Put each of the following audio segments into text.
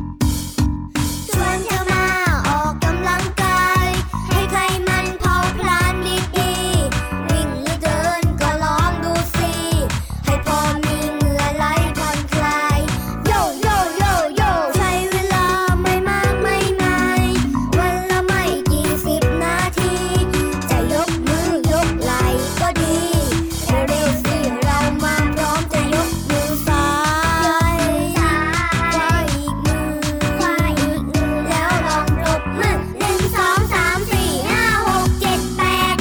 ชวนเธอมาออกกำลังกาย ให้ใจมันเผาพลานดีๆวิ่งหรือเดินก็ลองดูสิ ให้พอมีเหงื่อไหลผ่อนคลาย โยโยโยโยใช้เวลาไม่มากไม่นานวันละไม่กี่สิบนาที จะยกมือยกไหลก็ดีเร็วๆสิเรามาพร้อมจะยกมือซ้ายขวาอีกมือขวาอีกมือแล้วลองปรบมือหนึ่งสองสามสี่ห้าหกเจ็ดแปด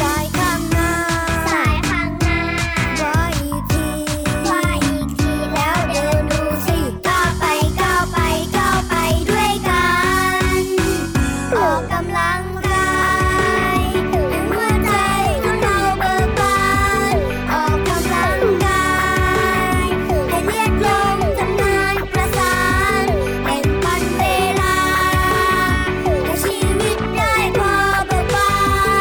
ซ้ายข้างหน้าซ้ายข้างหน้าขวาอีกทีขวาอีกทีแล้วเดินดูสิก้าวไปก้าวไปก้าวไปด้วยกันออกกำลังกายให้หัวใจของเราเบิกบานออกกำลังกายให้เลือดลมทำงานประสานเป็นปันเวลา ให้ชีวิตได้พอเบิกบาน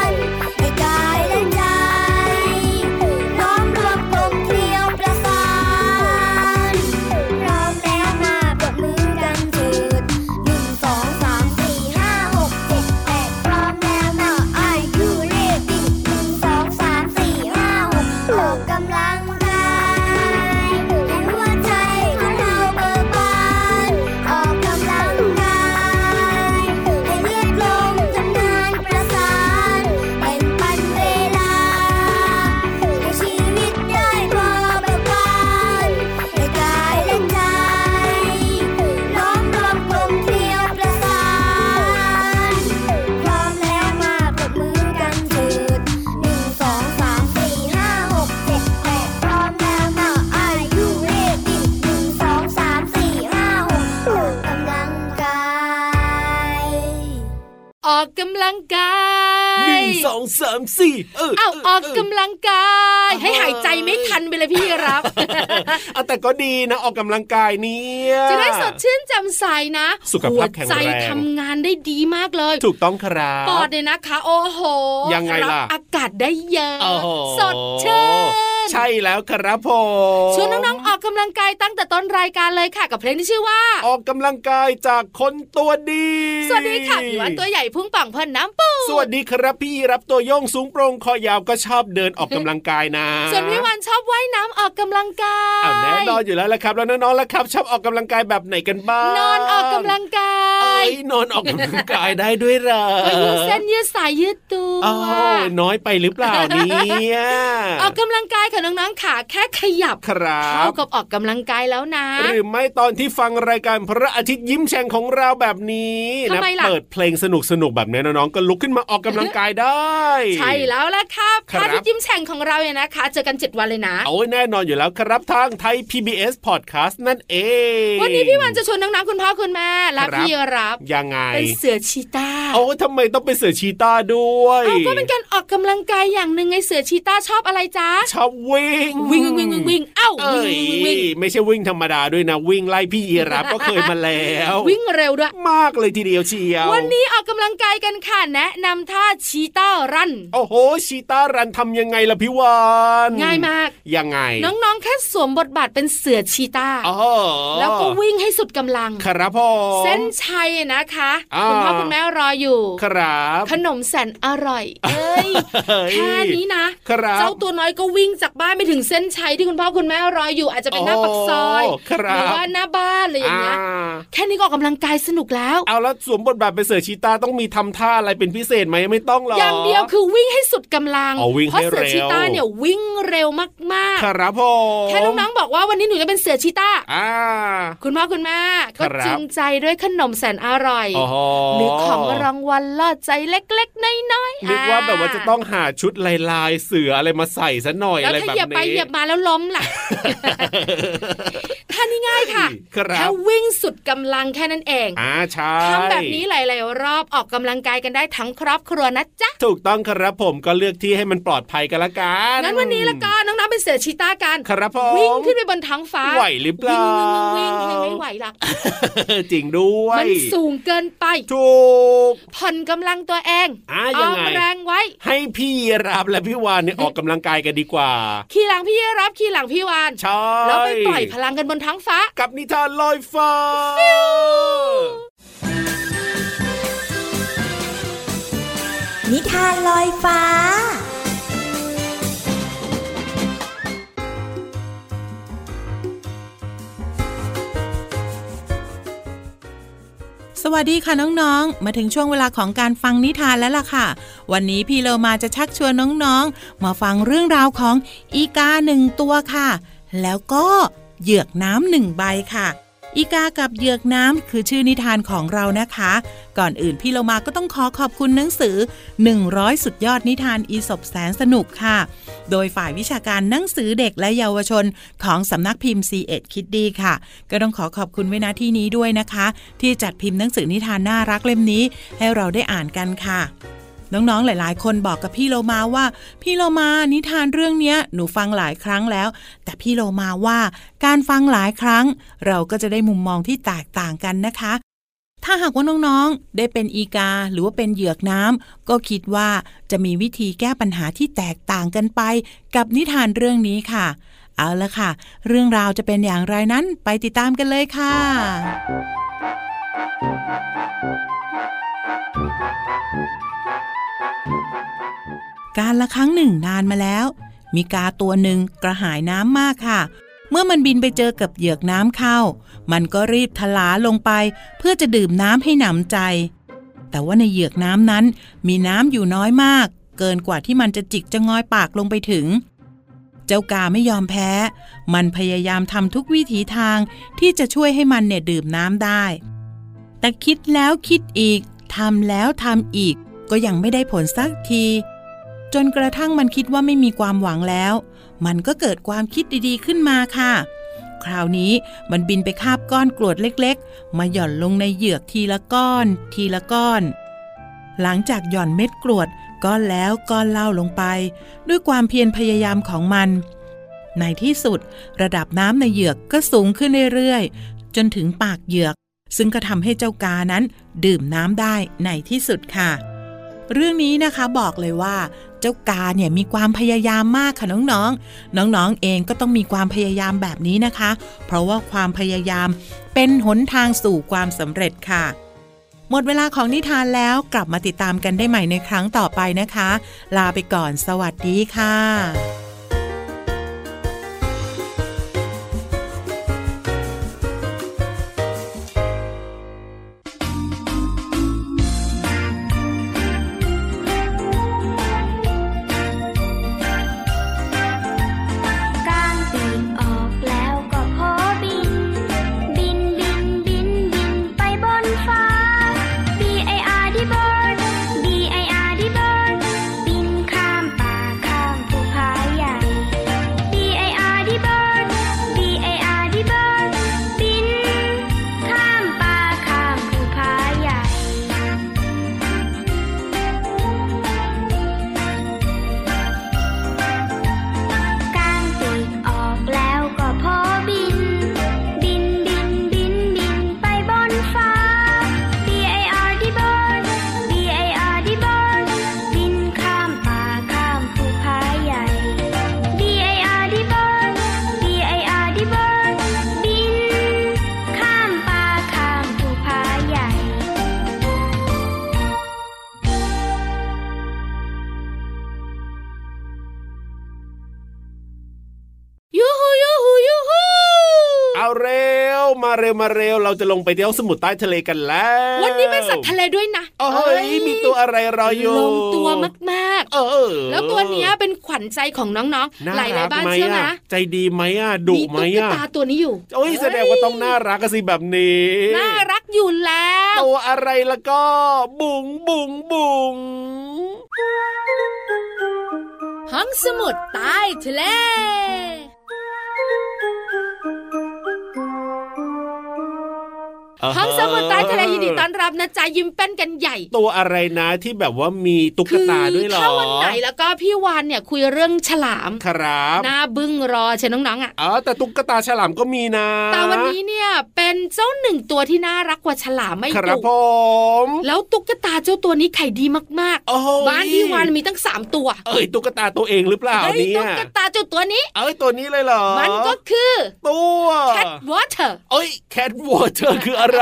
ให้กายและใจน้อมรวมกลมเกลียวประสานพร้อมแล้วมาปรบมือกันเถิดหนึ่งสองสามสี่ห้าหกเจ็ดแปดพร้อมแล้วมา Are you ready หนึ่งสองสามสี่ห้าหกออกกำลังกายให้หัวใจของเราเบิกบาน ออกกำลังกายให้เลือดลมทำงานประสานเป็นปันเวลา ให้ชีวิตได้พอประกานให้กายและใจล้อมรวมกลมเกลียวประสานพร้อมแล้วมาปรบมือกันเถิดหนึ่งสองสามสี่ห้าหกเจ็ดแปดพร้อมแล้วมา Are you ready หนึ่งสองสามสี่ห้าหกออกกำลังกาย ออกกำลังกา ห ย นึ่งสองสามสี่เออ เอาออก เ กำลังกาย ให้หายใจไม่ทันไปเลยพี่รับ เอาแต่ก็ดีนะออกกำลังกายเนี่ย จะได้สดชื่นแจ่มใสนะ สุขภาพแข็งแรง หัวใจทำงานได้ดีมากเลย ถูกต้องครับ ปอดเนี่ยนะคะ โอ้โห ยังไงล่ะ รับอากาศได้เยอะ โอ้โห สดชื่น ใช่แล้วครับผม ชวนน้องๆออกกำลังกายตั้งแต่ต้นรายการเลยค่ะกับเพลงที่ชื่อว่า ออกกำลังกายจากคนตัวดี สวัสดีค่ะพี่วันตัวใหญ่พุ่งปังพอนน้ำปู สวัสดีครับพี่รับตัวโยงสูงโปร่งคอยาวก็ชอบเดินออกกำลังกายนะ ส่วนพี่วันชอบว่ายน้ำออกกำลังกาย อ้าวแน่นอนอยู่แล้วละครับ แล้วน้องๆละครับ ชอบออกกำลังกายแบบไหนกันบ้าง นอนออกกำลังกา เอ้ ย ยนอนออกกำลังกายได้ด้วยเหรอ ก็ยืดเส้นยืดสายยืดตัว โอ้าวน้อยไปหรือเปล่าเนี่ย ออกกำลังกายค่ะน้องๆขาแค่ขยับ ครั เท่า บ กับออกกำลังกายแล้วนะ หรือไม่ตอนที่ฟังรายการพระอาทิตย์ยิ้มแฉ่งของเราแบบนี้ ทำ นะ ไมล่ะ เปิดเพลงสนุกสนุกๆแบบนี้น้องๆก็ลุกขึ้นมาออกกำลังกายได้ ใช่แล้วล่ะครับ ครับ พระอาทิตย์ยิ้มแฉ่งของเราเนี่ยนะคะเจอกัน 7 วันเลยนะ เอาไว้แน่นอนอยู่แล้วครับทางไทย PBS Podcast นั่นเอง วันนี้พี่วันจะชวนน้องๆคุณพ่อคุณแม่และพี่รับ ยังไง เป็นเสือชีตา โอ้ทำไมต้องเป็นเสือชีตาด้วย เอาก็เป็นการออกกำลังกายอย่างหนึ่งไงเสือชีตาชอบอะไรจ๊ะ ชอบวิ่ง วิ่งวิ่งวิ่งวิ่งวิ่งเอ้า เอ้ วิ่ ย งวิ่งวิ่ง ไม่ใช่วิ่งธรรมดาด้วยนะ วิ่งไล่พี่ยีรับก็เคยมาแล้ว วิ่งเร็วด้วย มากเลยทีเดียวเชียว วันนี้ออกกำลังกายกันค่ะแนะนำท่าชีตารัน โอ้โห ชีตารันทำยังไงล่ะพี่วาน ง่ายมาก ยังไง น้องๆแค่สวมบทบาทเป็นเสือชีตา อ๋อ แล้วก็วิ่งให้สุดกำลัง ครับผม เส้นชัยนะคะ อ่า คุณพ่อคุณแม่รออยู่ ครับ ขนมแสนอร่อย เอ้ย เฮ้ย แค่นี้นะ ครับ เจ้าตัวน้อยก็วิ่งจากบ้านไปถึงเส้นชัยที่คุณพ่อคุณแม่รออยู่ อาจจะเป็นหน้าปากซอย โค ห รั รื บ ว่าหน้าบ้านอะไรอย่างเงี้ย อ่า แค่นี้ก็ออกกำลังกายสนุกแล้ว เอาแล้วสวมบทบาทเป็นเสือชีตาต้องมีทำท่าอะไรเป็นพิเศษไหมไม่ต้องหรอก อย่างเดียวคือวิ่งให้สุดกำลัง อ๋อวิ่ง เพราะ ให้ เสือ เร็ว ชีตาเนี่ยวิ่งเร็วมาก ครับผ ๆ ม แค่น้องๆบอกว่าวันนี้หนูจะเป็นเสือชีตา อ่า คุณพ่อคุณแม่ก็ ครับ จูงใจด้วยขนมแสนอร่อย โอ้โห หรือของรางวัลล่อใจเล็กๆ น้อยๆ นึกว่าแบบว่าจะต้องหาชุดลายลายๆเสืออะไรมาใส่ซะหน่อย แล้ว อะไร ถ้า แบบ เหยียบไป นี้ เหยียบมาแล้วล้มล่ะ ถ้า ท่านี้ง่ายค่ะ ครับ แค่วิ่งสุดกำลังแค่นั้นเอง อ่าใช่ ทำแบบนี้หลาย ๆ รอบออกกำลังกายกันได้ทั้งครอบครัวนะจ๊ะ ถูกต้องครับผมก็เลือกที่ให้มันปลอดภัยกันละกัน งั้นวันนี้ละก็น้องๆเป็นเสือชีต้ากัน ครับผม วิ่งขึ้นไปบนท้องฟ้า ไหวหรือเปล่า วิ่งวิ่งวิ่งวิ่งไม่ไหวหรอก จริงด้วย มันสูงเกินไป ถูก ผ่อนกำลังตัวเอง อ่ะ อ ยัง อก ไง แรงไว้ ให้พี่รับและพี่วานเนี่ยออกกำลังกายกันดีกว่า ขี่หลังพี่รับขี่หลังพี่วาน ใช่ แล้วไปปล่อยพลังกันบนท้องฟ้า กับนิทานลอยฟ้า นิทานลอยฟ้า สวัสดีค่ะน้องๆ มาถึงช่วงเวลาของการฟังนิทานแล้วล่ะค่ะ วันนี้พี่เรามาจะชักชวนน้องๆ มาฟังเรื่องราวของอีกาหนึ่งตัวค่ะ แล้วก็เหยือกน้ำหนึ่งใบค่ะ อีกากับเหยือกน้ำคือชื่อนิทานของเรานะคะ ก่อนอื่นพี่เรามาก็ต้องขอขอบคุณหนังสือ 100 สุดยอดนิทานอีสบแสนสนุกค่ะ โดยฝ่ายวิชาการหนังสือเด็กและเยาวชนของสำนักพิมพ์ C ีเอ็ดคิดดีค่ะ ก็ต้องขอขอบคุณไว้ณที่นี้ด้วยนะคะ ที่จัดพิมพ์หนังสือนิทานน่ารักเล่มนี้ ให้เราได้อ่านกันค่ะ น้องๆ หลายๆ คนบอกกับพี่โลมาว่า พี่โลมานิทานเรื่องเนี้ยหนูฟังหลายครั้งแล้ว แต่พี่โลมาว่าการฟังหลายครั้ง เราก็จะได้มุมมองที่แตกต่างกันนะคะ ถ้าหากว่าน้องๆ ได้เป็นอีกาหรือว่าเป็นเหยือกน้ำก็คิดว่าจะมีวิธีแก้ปัญหาที่แตกต่างกันไป กับนิทานเรื่องนี้ค่ะ เอาละค่ะ เรื่องราวจะเป็นอย่างไรนั้นไปติดตามกันเลยค่ะ การละครั้งหนึ่งนานมาแล้ว มีกาตัวหนึ่งกระหายน้ำมากค่ะ เมื่อมันบินไปเจอกับเหยือกน้ำเข้า มันก็รีบทลาลงไป เพื่อจะดื่มน้ำให้หนำใจ แต่ว่าในเหยือกน้ำนั้น มีน้ำอยู่น้อยมาก เกินกว่าที่มันจะจิกจะงอยปากลงไปถึง เจ้ากาไม่ยอมแพ้ มันพยายามทำทุกวิถีทางที่จะช่วยให้มันเนี่ยดื่มน้ำได้ แต่คิดแล้วคิดอีกทำแล้วทำอีก ก็ยังไม่ได้ผลสักที จนกระทั่งมันคิดว่าไม่มีความหวังแล้ว มันก็เกิดความคิดดีๆขึ้นมาค่ะ คราวนี้มันบินไปคาบก้อนกรวดเล็กๆ มาหย่อนลงในเหยือกทีละก้อน ทีละก้อน หลังจากหย่อนเม็ดกรวดก้อนแล้วก้อนเล่าลงไป ด้วยความเพียรพยายามของมัน ในที่สุด ระดับน้ำในเหยือกก็สูงขึ้นเรื่อยๆ จนถึงปากเหยือก ซึ่งก็ทำให้เจ้ากานั้น ดื่มน้ำได้ในที่สุดค่ะ เรื่องนี้นะคะบอกเลยว่า เจ้ากาเนี่ยมีความพยายามมากค่ะน้องๆ น้องๆเองก็ต้องมีความพยายามแบบนี้นะคะ เพราะว่าความพยายามเป็นหนทางสู่ความสำเร็จค่ะ หมดเวลาของนิทานแล้วกลับมาติดตามกันได้ใหม่ในครั้งต่อไปนะคะ ลาไปก่อนสวัสดีค่ะ กลางปีกออกแล้วก็โผบิน บินบินบินบินไปบนฟ้า B I R D bird B I R D bird บินข้ามป่าข้ามภูผาใหญ่ B I R D bird B I R D bird บินข้ามป่าข้ามภูผาใหญ่ กางปีกออกแล้วก็พอบิน บินบินบินบินไปบนฟ้า B I R D bird B I R D bird บินข้ามป่าข้ามภูผาใหญ่ B I R D bird B I R D bird บินข้ามป่าข้ามภูผาใหญ่ ยูฮูยูฮูยูฮู เอาเร็ว มาเร็วมาเร็ว เราจะลงไปเที่ยวสมุทรใต้ทะเลกันแล้ว วันนี้เป็นสัตว์ทะเลด้วยนะ โอ้ยมีตัวอะไรรออยู่ ลงตัวมาก เออ ๆ แล้วตัวเนี้ยเป็นขวัญใจของน้อง น่ ๆ หลา รั ย ก ๆบ้าน ไหม เชื่อนะ ะใจดีไหมอ่ะดุไหม ตุ๊ก อ่ะ ตาตัวนี้อยู่ โอ้ยแสดงว่าต้องน่ารักอะสิแบบนี้ น่ารักอยู่แล้ว ตัวอะไรละก็ บุ๋งบุ๋งบุ๋ง ห้องสมุดใต้ทะเล อ่าฮะ ห้องสมุดใต้ทะเลยินดีต้อนรับนะจ๊ะยิ้มแป้นกันใหญ่ ตัวอะไรนะที่แบบว่ามีตุ๊ก คือ ตาด้วยเหรอ ถ้าวันไหนแล้วก็พี่วานเนี่ยคุยเรื่องฉลาม ครับ หน้าบึ้งรอเชญน้องๆอ่ะ อ๋อแต่ตุ๊กตาฉลามก็มีนะ แต่วันนี้เนี่ยเป็นเจ้าหนึ่งตัวที่น่ารักกว่าฉลามไม่ ครับ ดุ ผม แล้วตุ๊กตาเจ้าตัวนี้ไข่ดีมาก โอ้โห ๆ บ้านพี่วานมีตั้งสามตัว เอ้ยตุ๊กตาตัวเองหรือเปล่า เฮ้ย เนี่ย ตุ๊กตาเจ้าตัวนี้ เอ้ยตัวนี้เลยเหรอ มันก็คือ ตัว cat water เอ้ยแคทวอเตอร์คืออะไร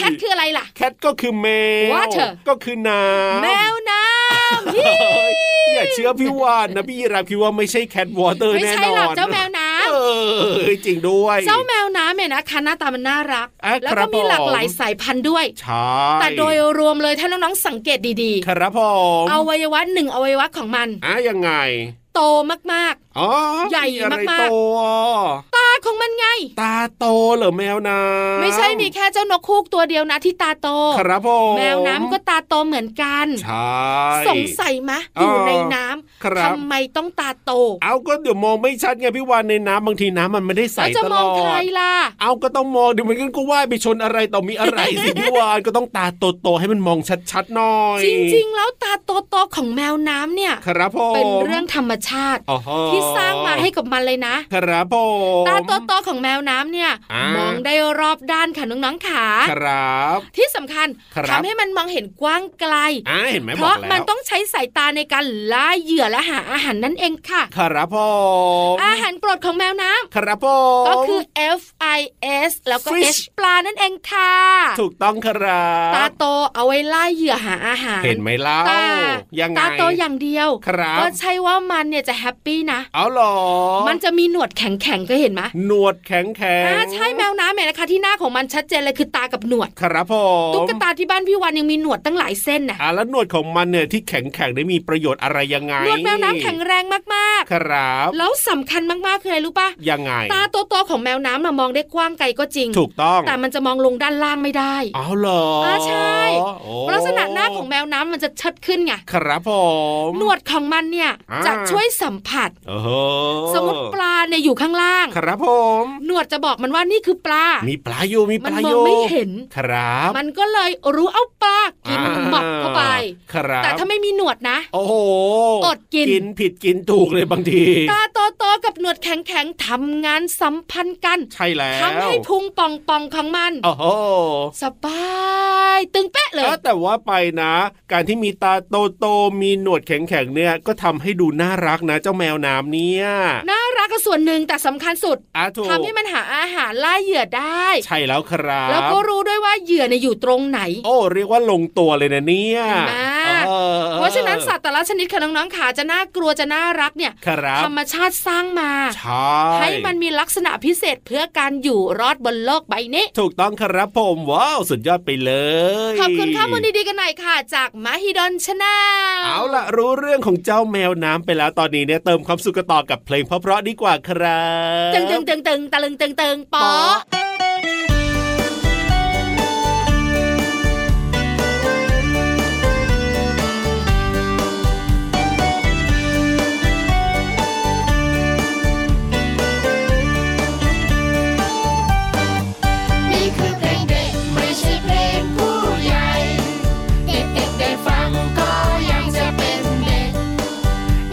cat คืออะไรล่ะ แคทก็คือแมว Water ก็คือน้ำ แมวน้ำฮิ เอ้ยอย่าเชื่อพี่วานนะพี่ยีรับคิดว่าไม่ใช่แคทวอเตอร์ ไม่ แน่ ใช่ นอ หรอก น เจ้าแมวน้ำ เออจริงด้วย เจ้าแมวน้ำเนี่ยนะคะหน้าตามันน่ารัก อ่ะ แล้ว ครั ก็ บ มีหลาก ผม หลายสายพันธุ์ด้วย ใช่ แต่โดยรวมเลยถ้าน้องๆสังเกตดี ครับผม ๆอวัยวะหนึ่งอวัยวะของมัน อ่ะยังไง โตมาก อ๋อ ใหญ่ อะไร มากๆ โตอ่ะ ๆ ตาของมันไง ตาโตเหรอแมวน้ำ ไม่ใช่มีแค่เจ้านกคูกตัวเดียวนะที่ตาโต ครับผม แมวน้ำก็ตาโตเหมือนกัน ใช่ สงสัยมะอยู่ในน้ำ ครับ ทำไมต้องตาโต เอาก็เดี๋ยวมองไม่ชัดไงพี่วานในน้ำบางทีน้ำมันไม่ได้ใส แล้วจะ ต ม ล อง อ ใคร ด ล่ะ เอาก็ต้องมองเดี๋ยวมันก็ว่ายไปชนอะไรต่อมีอะไรสิ พี่วานก็ต้องตาโตๆให้มันมองชัดๆหน่อย จริงๆ แล้วตาโตๆของแมวน้ำเนี่ย ครับผม เป็นเรื่องธรรมชาติ อ๋อฮะ ที่สร้างมาให้กับมันเลยนะ ครับผม ตาโตๆของแมวน้ำเนี่ย อ่าม มองได้รอบด้านค่ะน้องๆขา ครับ ที่สำคัญ ครับ ทำให้มันมองเห็นกว้างไกล อ่าเห็นไหม เพ บอก ราะ แล้ว มันต้องใช้สายตาในการล่าเหยื่อและหาอาหารนั่นเองค่ะ ครับผม อาหารโปรดของแมวน้ำ ครับผม ก็คือ F I S แล้วก็ Fish H ปลานั่นเองค่ะ ถูกต้องครับ ตาโตเอาไว้ล่าเหยื่อหาอาหาร เห็นไหมเล่า ตา ยังไง ตาโตอย่างเดียว ครับ ก็ใช่ว่ามันเนี่ยจะแฮปปี้นะ เอาเหรอ มันจะมีหนวดแข็งๆก็เห็นไหม หนวดแข็งแข็ง อ่าใช่แมวน้ำเนี่ยนะคะที่หน้าของมันชัดเจนเลยคือตากับหนวด ครับผม ตุ๊กตาที่บ้านพี่วันยังมีหนวดตั้งหลายเส้นนะ อ่าแล้วหนวดของมันเนี่ยที่แข็งแข็งได้มีประโยชน์อะไรยังไง หนวดแมวน้ำแข็งแรงมาก ครับ ๆ แล้วสำคัญมากๆคืออะไรรู้ปะ ยังไง ตาโตๆของแมวน้ำน่ะมองได้กว้างไกลก็จริง ถูกต้อง แต่มันจะมองลงด้านล่างไม่ได้ อ้าวเหรอ อ่า อ่า ใช่ ลักษณะหน้าของแมวน้ำมันจะเชิดขึ้นไง ครับผม หนวดของมันเนี่ย อ่า จะช่วยสัมผัส โอ้โห สมมติปลาเนี่ยอยู่ข้างล่าง ครับผม หนวดจะบอกมันว่านี่คือปลา มีปลาอยู่มีป มัน ลาม อ อง ยู่ ไม่เห็น ครับ มันก็เลยรู้เอาปลากิน อ่า หมับเข้าไป ครับ แต่ถ้าไม่มีหนวดนะ โอ้โห อดกิน กินผิดกินถูกเลยบางที ตาโตๆกับหนวดแข็งๆทำงานสัมพันธ์กัน ใช่แล้ว ทำให้พุงป่องๆของมัน โอ้โห สบายตึงเป๊ะเลย เอ้อแต่ว่าไปนะ การที่มีตาโตโตๆมีหนวดแข็งแข็งๆเนี่ยก็ทำให้ดูน่ารักนะ เจ้าแมวน้ำเนี่ย น่ารักก็ส่วนหนึ่งแต่สำคัญสุด อาถูก ทำให้มันหาอาหารล่าเหยื่อได้ ใช่แล้วครับ แล้วก็รู้ด้วยว่าเหยื่อเนี่ยอยู่ตรงไหน โอ้ เรียกว่าลงตัวเลยนะเนี่ย เห็นไหม ออ เพราะฉะนั้นสัตว์แต่ละชนิดค่ะน้องๆขาจะน่ากลัวจะน่ารักเนี่ย ครับ ธรรมชาติสร้างมา ใช่ ให้มันมีลักษณะพิเศษเพื่อการอยู่รอดบนโลกใบนี้ ถูกต้องครับผมว้าว สุดยอดไปเลย ขอบคุณข้อมูลดีๆกันหน่อยค่ะ จากมหิดลชนะ เอาล่ะ รู้เรื่องของเจ้าแมวน้ำไปแล้วตอนนี้เนี่ยเติมความสุขกันต่อกับเพลงเพราะๆดีกว่าครับ ตึงตึงตึงตึงตะลึงตึงตึงปอ นี่คือเพลงเด็กไม่ใช่เพลงผู้ใหญ่ เด็กๆได้ฟังก็ยังจะเป็นเด็ก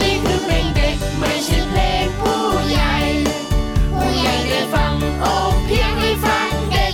นี่คือเพลงเด็กไม่ใช่เพลงผู้ใหญ่ ผู้ใหญ่ได้ฟังโอ้เพียงได้ฟังเด็ก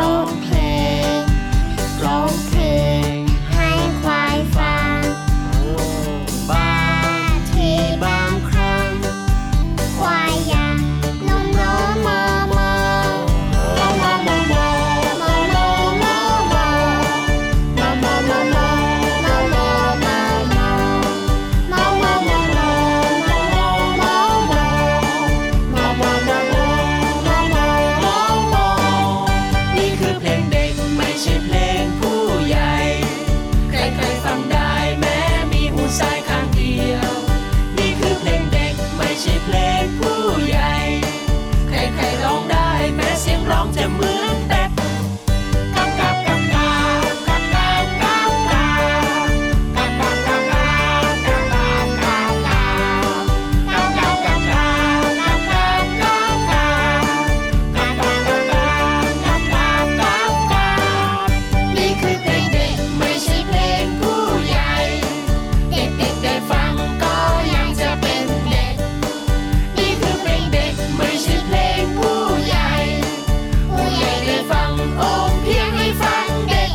ร้องเพลง ร้องเพลง ให้ควายฟัง บางทีบางครั้ง ควายยังลงโลมอมอ นี่คือเพลงเด็กไม่ใช่เพลงผู้ใหญ่ ใครๆฟังได้แม้มีหูซ้ายข้างเดียว นี่คือเพลงเด็กไม่ใช่เพลงผู้ใหญ่ ใครๆร้องได้แม้เสียงร้องจะเหมือนแต่กับกับกับกับกับกับกับกับกับกับกับกับกับกับกับกับกับกับกับ นี่คือเพลงเด็กไม่ใช่เพลงผู้ใหญ่ เด็กๆได้ฟังก็ยังจะเป็นเด็ก นี่คือเพลงเด็กไม่ใช่เพลงผู้ใหญ่ ผู้ใหญ่ได้ฟังโอ้เพียงให้ฟังเด็ก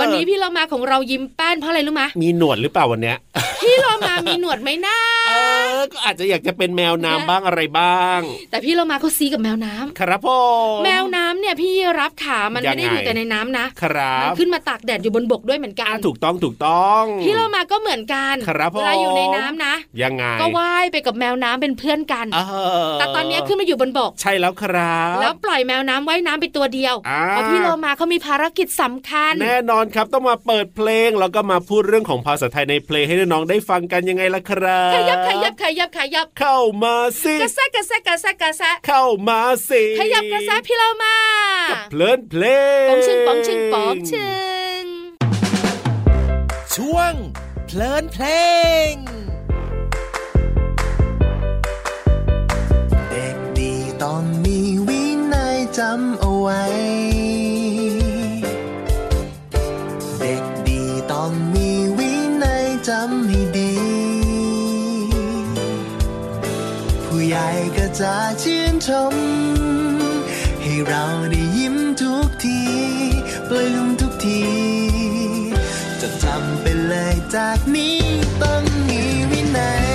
วันนี้พี่เรามาของเรายิ้มแป้นเพราะอะไรรู้มะ มีหนวดหรือเปล่าวันเนี้ย พี่เรามามีหนวดไหมนะ เออ ก็อาจจะอยากจะเป็นแมวน้ำบ้างอะไรบ้าง แต่พี่เรามาเขาซีกับแมวน้ำ ครับผม แมวน้ำเนี่ยพี่รับขามัน ยังไง ไม่ได้อยู่แต่ในน้ำนะ ครั มั บ ขึ้นมาตากแดดอยู่บนบกด้วยเหมือนกั อ่าน ถูกต้องถูกต้อง พี่เรามาก็เหมือนกัน ครับผม เวลาอยู่ในน้ำนะ ยังไง ก็ว่ายไปกับแมวน้ำเป็นเพื่อนกัน เออ แต่ตอนเนี้ยขึ้นมาอยู่บนบก ใช่แล้วครับ แล้วปล่อยแมวน้ำว่ายน้ำไปตัวเดียว อ่า เพราะพี่โลมาเขามีภารกิจสำคัญ แน่นอนครับต้องมาเปิดเพลงแล้วก็มาพูดเรื่องของภาษาไทยในเพลงให้น้องๆได้ฟังกันยังไงล่ะครับ ขยับขยับขยับขยับ เข้ามาสิ กระแซะกระแซะกระแซะกระแซะ เข้ามาสิ ขยับกระแซะพี่โลมา เพลินเพลง ปองชึงปองชึงปองชึง ช่วง เพลินเพลง เด็กดีต้องมีวินัยจำเอาไว้ เด็กดีต้องมีวินัยจำให้ดี ผู้ใหญ่ก็จะชื่นชม ให้เราได้ยิ้มทุกทีปลื้มทุกที จะทำไปเลยจากนี้ต้องมีวินัย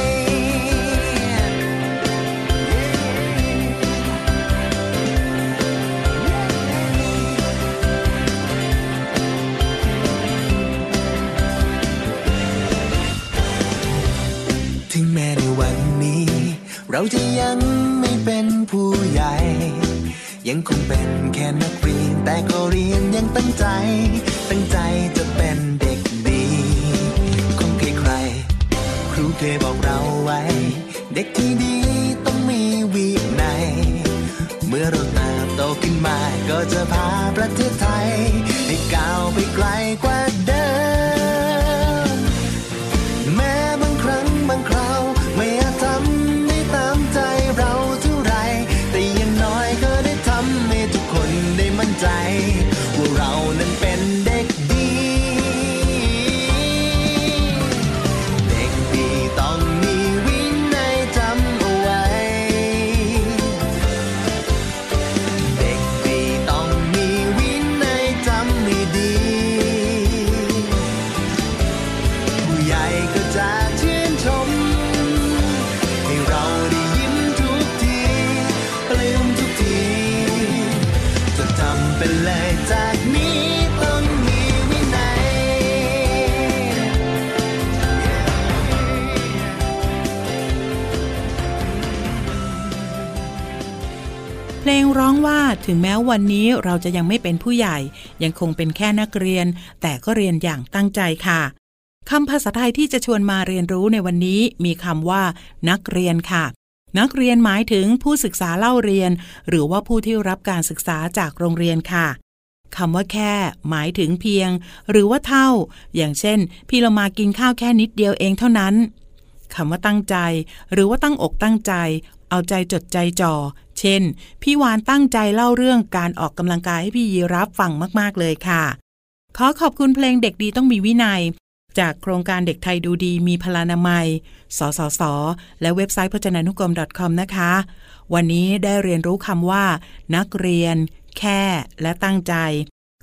ถึงแม้ในวันนี้ เราจะยังไม่เป็นผู้ใหญ่ ยังคงเป็นแค่นักเรียน แต่ก็เรียนอยังตั้งใจ ตั้งใจจะเป็นเด็กดีคงใครใครๆครูเคยบอกเราไว้ เด็กที่ดีต้องมีวินัย เมื่อเราเติบโตขึ้นมาก็จะพาประเทศไทย ให้ก้าวไปไกลกว่าเดิม แม้บางครั้งบางคราว ไม่อาจทำได้ตามใจเราเท่าไร แต่อยังน้อยก็ได้ทำให้ทุกคนได้มั่นใจ ว่าเรานั้นเป็นเด็กดี เด็กดีต้องมีวินัยจำเอาไว้ เด็กดีต้องมีวินัยจำให้ดี ผู้ใหญ่ก็จะชื่นชม ให้เราได้ยิ้มทุกทีปลื้มทุกที จะจำเป็นเลยจากนี้ต้องมีวินัย เพลงร้องว่าถึงแม้วันนี้เราจะยังไม่เป็นผู้ใหญ่ ยังคงเป็นแค่นักเรียน แต่ก็เรียนอย่างตั้งใจค่ะคำภาษาไทยที่จะชวนมาเรียนรู้ในวันนี้ มีคำว่า นักเรียนค่ะ นักเรียนหมายถึงผู้ศึกษาเล่าเรียน หรือว่าผู้ที่รับการศึกษาจากโรงเรียนค่ะคำว่าแค่ หมายถึงเพียง หรือว่าเท่า อย่างเช่น พี่เรามากินข้าวแค่นิดเดียวเองเท่านั้น คำว่าตั้งใจ หรือว่าตั้งอกตั้งใจ เอาใจจดใจจ่อ เช่น พี่วานตั้งใจเล่าเรื่องการออกกำลังกายให้พี่ยีรับฟังมาก ๆ เลยค่ะ ขอขอบคุณเพลงเด็กดีต้องมีวินัย จากโครงการเด็กไทยดูดีมีพลานามัย สสส และเว็บไซต์พจนานุกรม .com นะคะ วันนี้ได้เรียนรู้คำว่า นักเรียน แค่ และตั้งใจ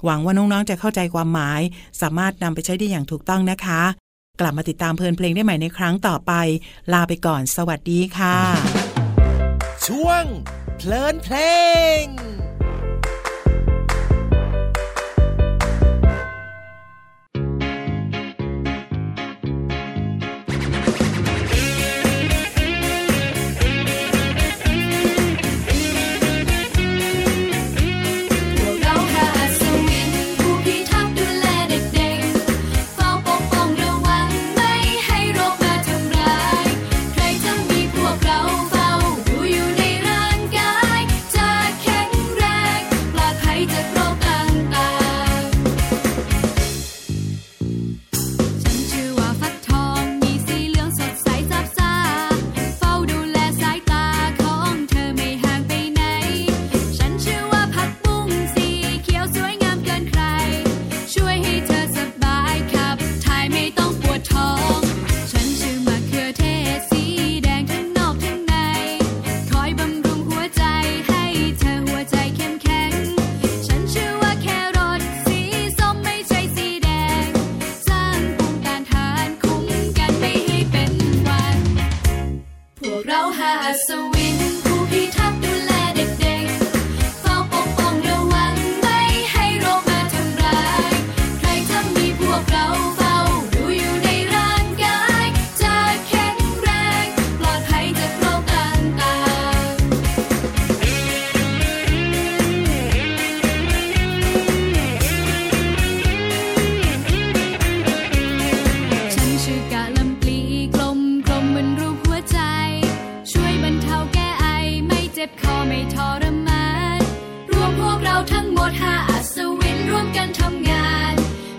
หวังว่าน้อง ๆ จะเข้าใจความหมาย สามารถนำไปใช้ได้อย่างถูกต้องนะคะ กลับมาติดตามเพลินเพลงได้ใหม่ในครั้งต่อไป ลาไปก่อน สวัสดีค่ะ ช่วง เพลินเพลง พวกเราพระอัศวินผู้พิทักษ์ดูแลเด็กๆเฝ้าปกป้องระวังไม่ให้โรคมาทำร้าย ใครจะมีพวกเราเฝ้าดูอยู่ในร่างกาย จะแข็งแรงปลอดภัยจากโรคต่างๆ ฉันชื่อว่าฟักทอง มีสีเหลืองสดใสซับซ่า เฝ้าดูแลสายตาของเธอไม่ห่างไปไหน ฉันชื่อว่าผักบุ้งสีเขียวสวยงามเกินใคร ช่วยให้เธอสบายขับถ่ายไม่ต้องปวดท้อง ฉันชื่อมะเขือเทศสีแดงทั้งนอกทั้งใน คอยบำรุงหัวใจให้เธอหัวใจเข้มแข็ง ฉันชื่อว่าแครอทสีส้มไม่ใช่สีแดง สร้างภูมิต้านทานคุ้มกันไม่ให้เป็นหวัด พวกเราหาอัศวิน ผู้พิทักษ์ดูแลเด็กๆเฝ้าปกป้องระวังไม่ให้โรคมาทำร้าย ใครจะมีพวกเราเฝ้าดูอยู่ในร่างกาย จะแข็งแรงปลอดภัยจากโรคต่างๆ ฉันชื่อกะลำปลีกลมกลมเหมือนรูปหัวใจ ช่วยบรรเทาแก้ไอไม่เจ็บคอไม่ทรมานรวมพวกเราทั้งหมดห้าอัศวินร่วมกันทำงาน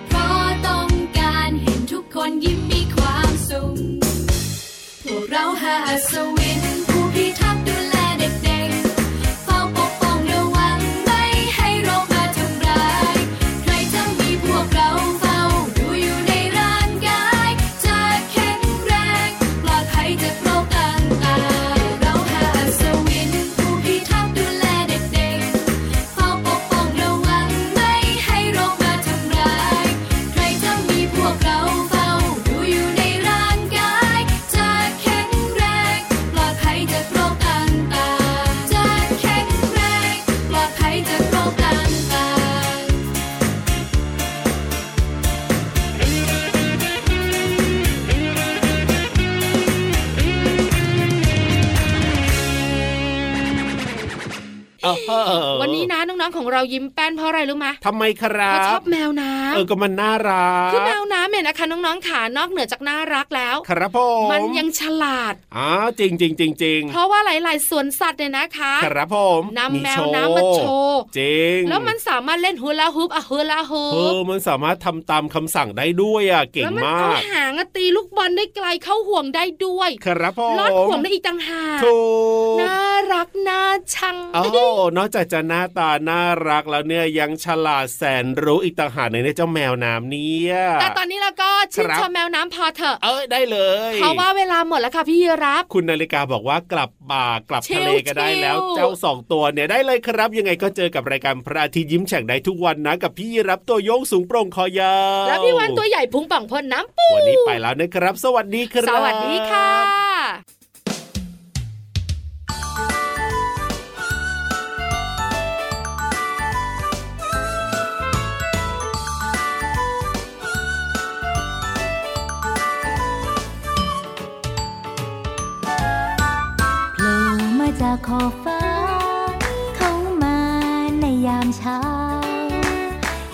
เพราะต้องการเห็นทุกคนยิ้มมีความสุข พวกเราหาอัศวิน ผู้พิทักษ์ดูแลเด็กๆเฝ้าปกป้องระวังไม่ให้โรคมาทำร้าย ใครจะมีพวกเราเฝ้าดูอยู่ในร่างกาย จะแข็งแรงปลอดภัยจากโรคต่างๆเราหาอัศวิน ผู้พิทักษ์ดูแลเด็กๆเฝ้าปกป้องระวังไม่ให้โรคมาทำร้าย ใครจะมีพวกเราเฝ้าดูอยู่ในร่างกาย จะแข็งแรงปลอดภัยจากโรคต่างๆ จะแข็งแรงปลอดภัยจากโรคต่างๆ โอ้โห วันนี้นะน้องๆของเรายิ้มแป้นเพราะอะไรรู้ไหม ทำไมครั เขาชอ บบ แมวน้ เออก็มันน่ารั ำ ก คือแมวน้ำเนี่ยนะคะน้องๆขานอกเหนือจากน่ารักแล้ว ครับผม มันยังฉลาด อ๋อจริงจริงจริงจริง เพราะว่าหลายๆสวนสัตว์เนี่ยนะคะ ครับผม นำแมว โช น้ำมาโชว์ จริง แล้วมันสามารถเล่นฮูลาฮูปอะฮูลาฮู เออ ป มันสามารถทำตามคำสั่งได้ด้วยอ่ะเก่ง แล้วมั มา เอา ก หางอะตีลูกบอลได้ไกลเข้าห่วงได้ด้วย ครับผม ลอดห่วงได้อีกต่างหาก ถูก น่ารักน่าชัง โอ้โหนอกจากจะหน้าตาน่ารักแล้วเนี่ยยังฉลาดแสนรู้อีกต่างหากในเจ้าแมวน้ำเนี่ย แต่ตอนนี้เราก็ชื่น ครับ ชมแมวน้ำพอเถอะ เอ้ยได้เลย เพราะว่าเวลาหมดแล้วค่ะพี่ยีรับ คุณนาฬิกาบอกว่ากลับป่ากลับทะเล ชิลๆ ก็ได้แล้ว เจ้าสองตัวเนี่ยได้เลยครับ ยังไงก็เจอกับรายการพระอาทิตย์ยิ้มแฉ่งได้ทุกวันนะกับพี่รับตัวโยงสูงโปร่งคอยาว แล้วพี่วันตัวใหญ่พุงป่องพ่นน้ำปู วันนี้ไปแล้วนะครับ สวัสดีครับ สวัสดีค่ะ โผล่มาจากขอบฟ้า เข้ามาในยามเช้า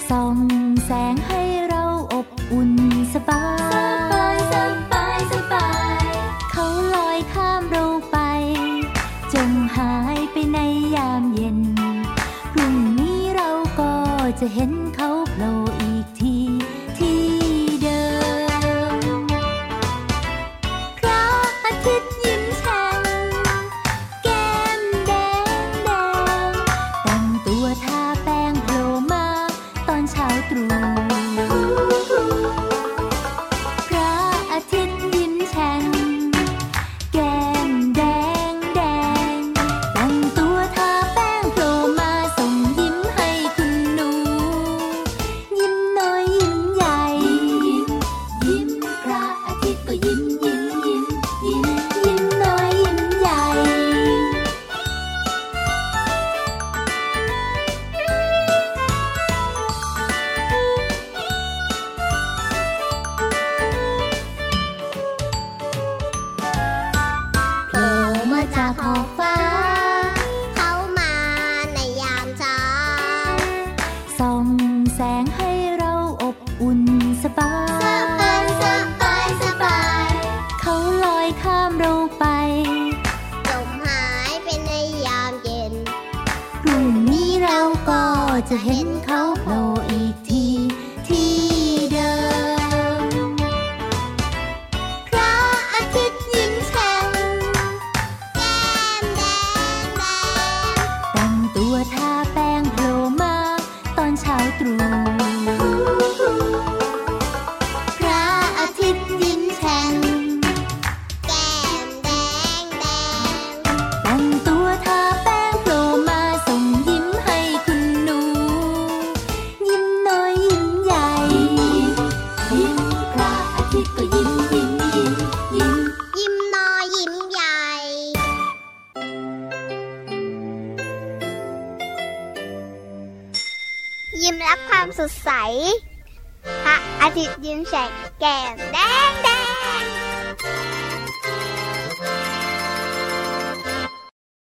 ส่องแสงให้เราอบอุ่นสบาย สบาย สบาย เขาลอยข้ามเราไป จงหายไปในยามเย็น พรุ่งนี้เราก็จะเห็นเขาโผล่อีกทีที่เดิม เพราะ ข้ามเราไป จมหายไปในยามเย็น พรุ่งนี้เราก็จะเห็นเขาโผล่อีกที ที่เดิม พระอาทิตย์ยิ้มแฉ่งแก้มแดงแดง ตั้งตัวทาแป้งโผล่มาตอนเช้าตรู่ พระอาทิตย์ยิ้มแฉ่งแก้มแดงแดง ตั้งตัวทาแป้งโผล่มาส่งยิ้มให้คุณหนู ยิ้มน้อยยิ้มใหญ่ ยิ้มพระอาทิตย์ก็ยิ้มยิ้มยิ้มยิ้ม ยิ้มน้อยยิ้มใหญ่ ยิ้มรับความสดใส พระอาทิตย์ยิ้มแฉกแก้มแดงแด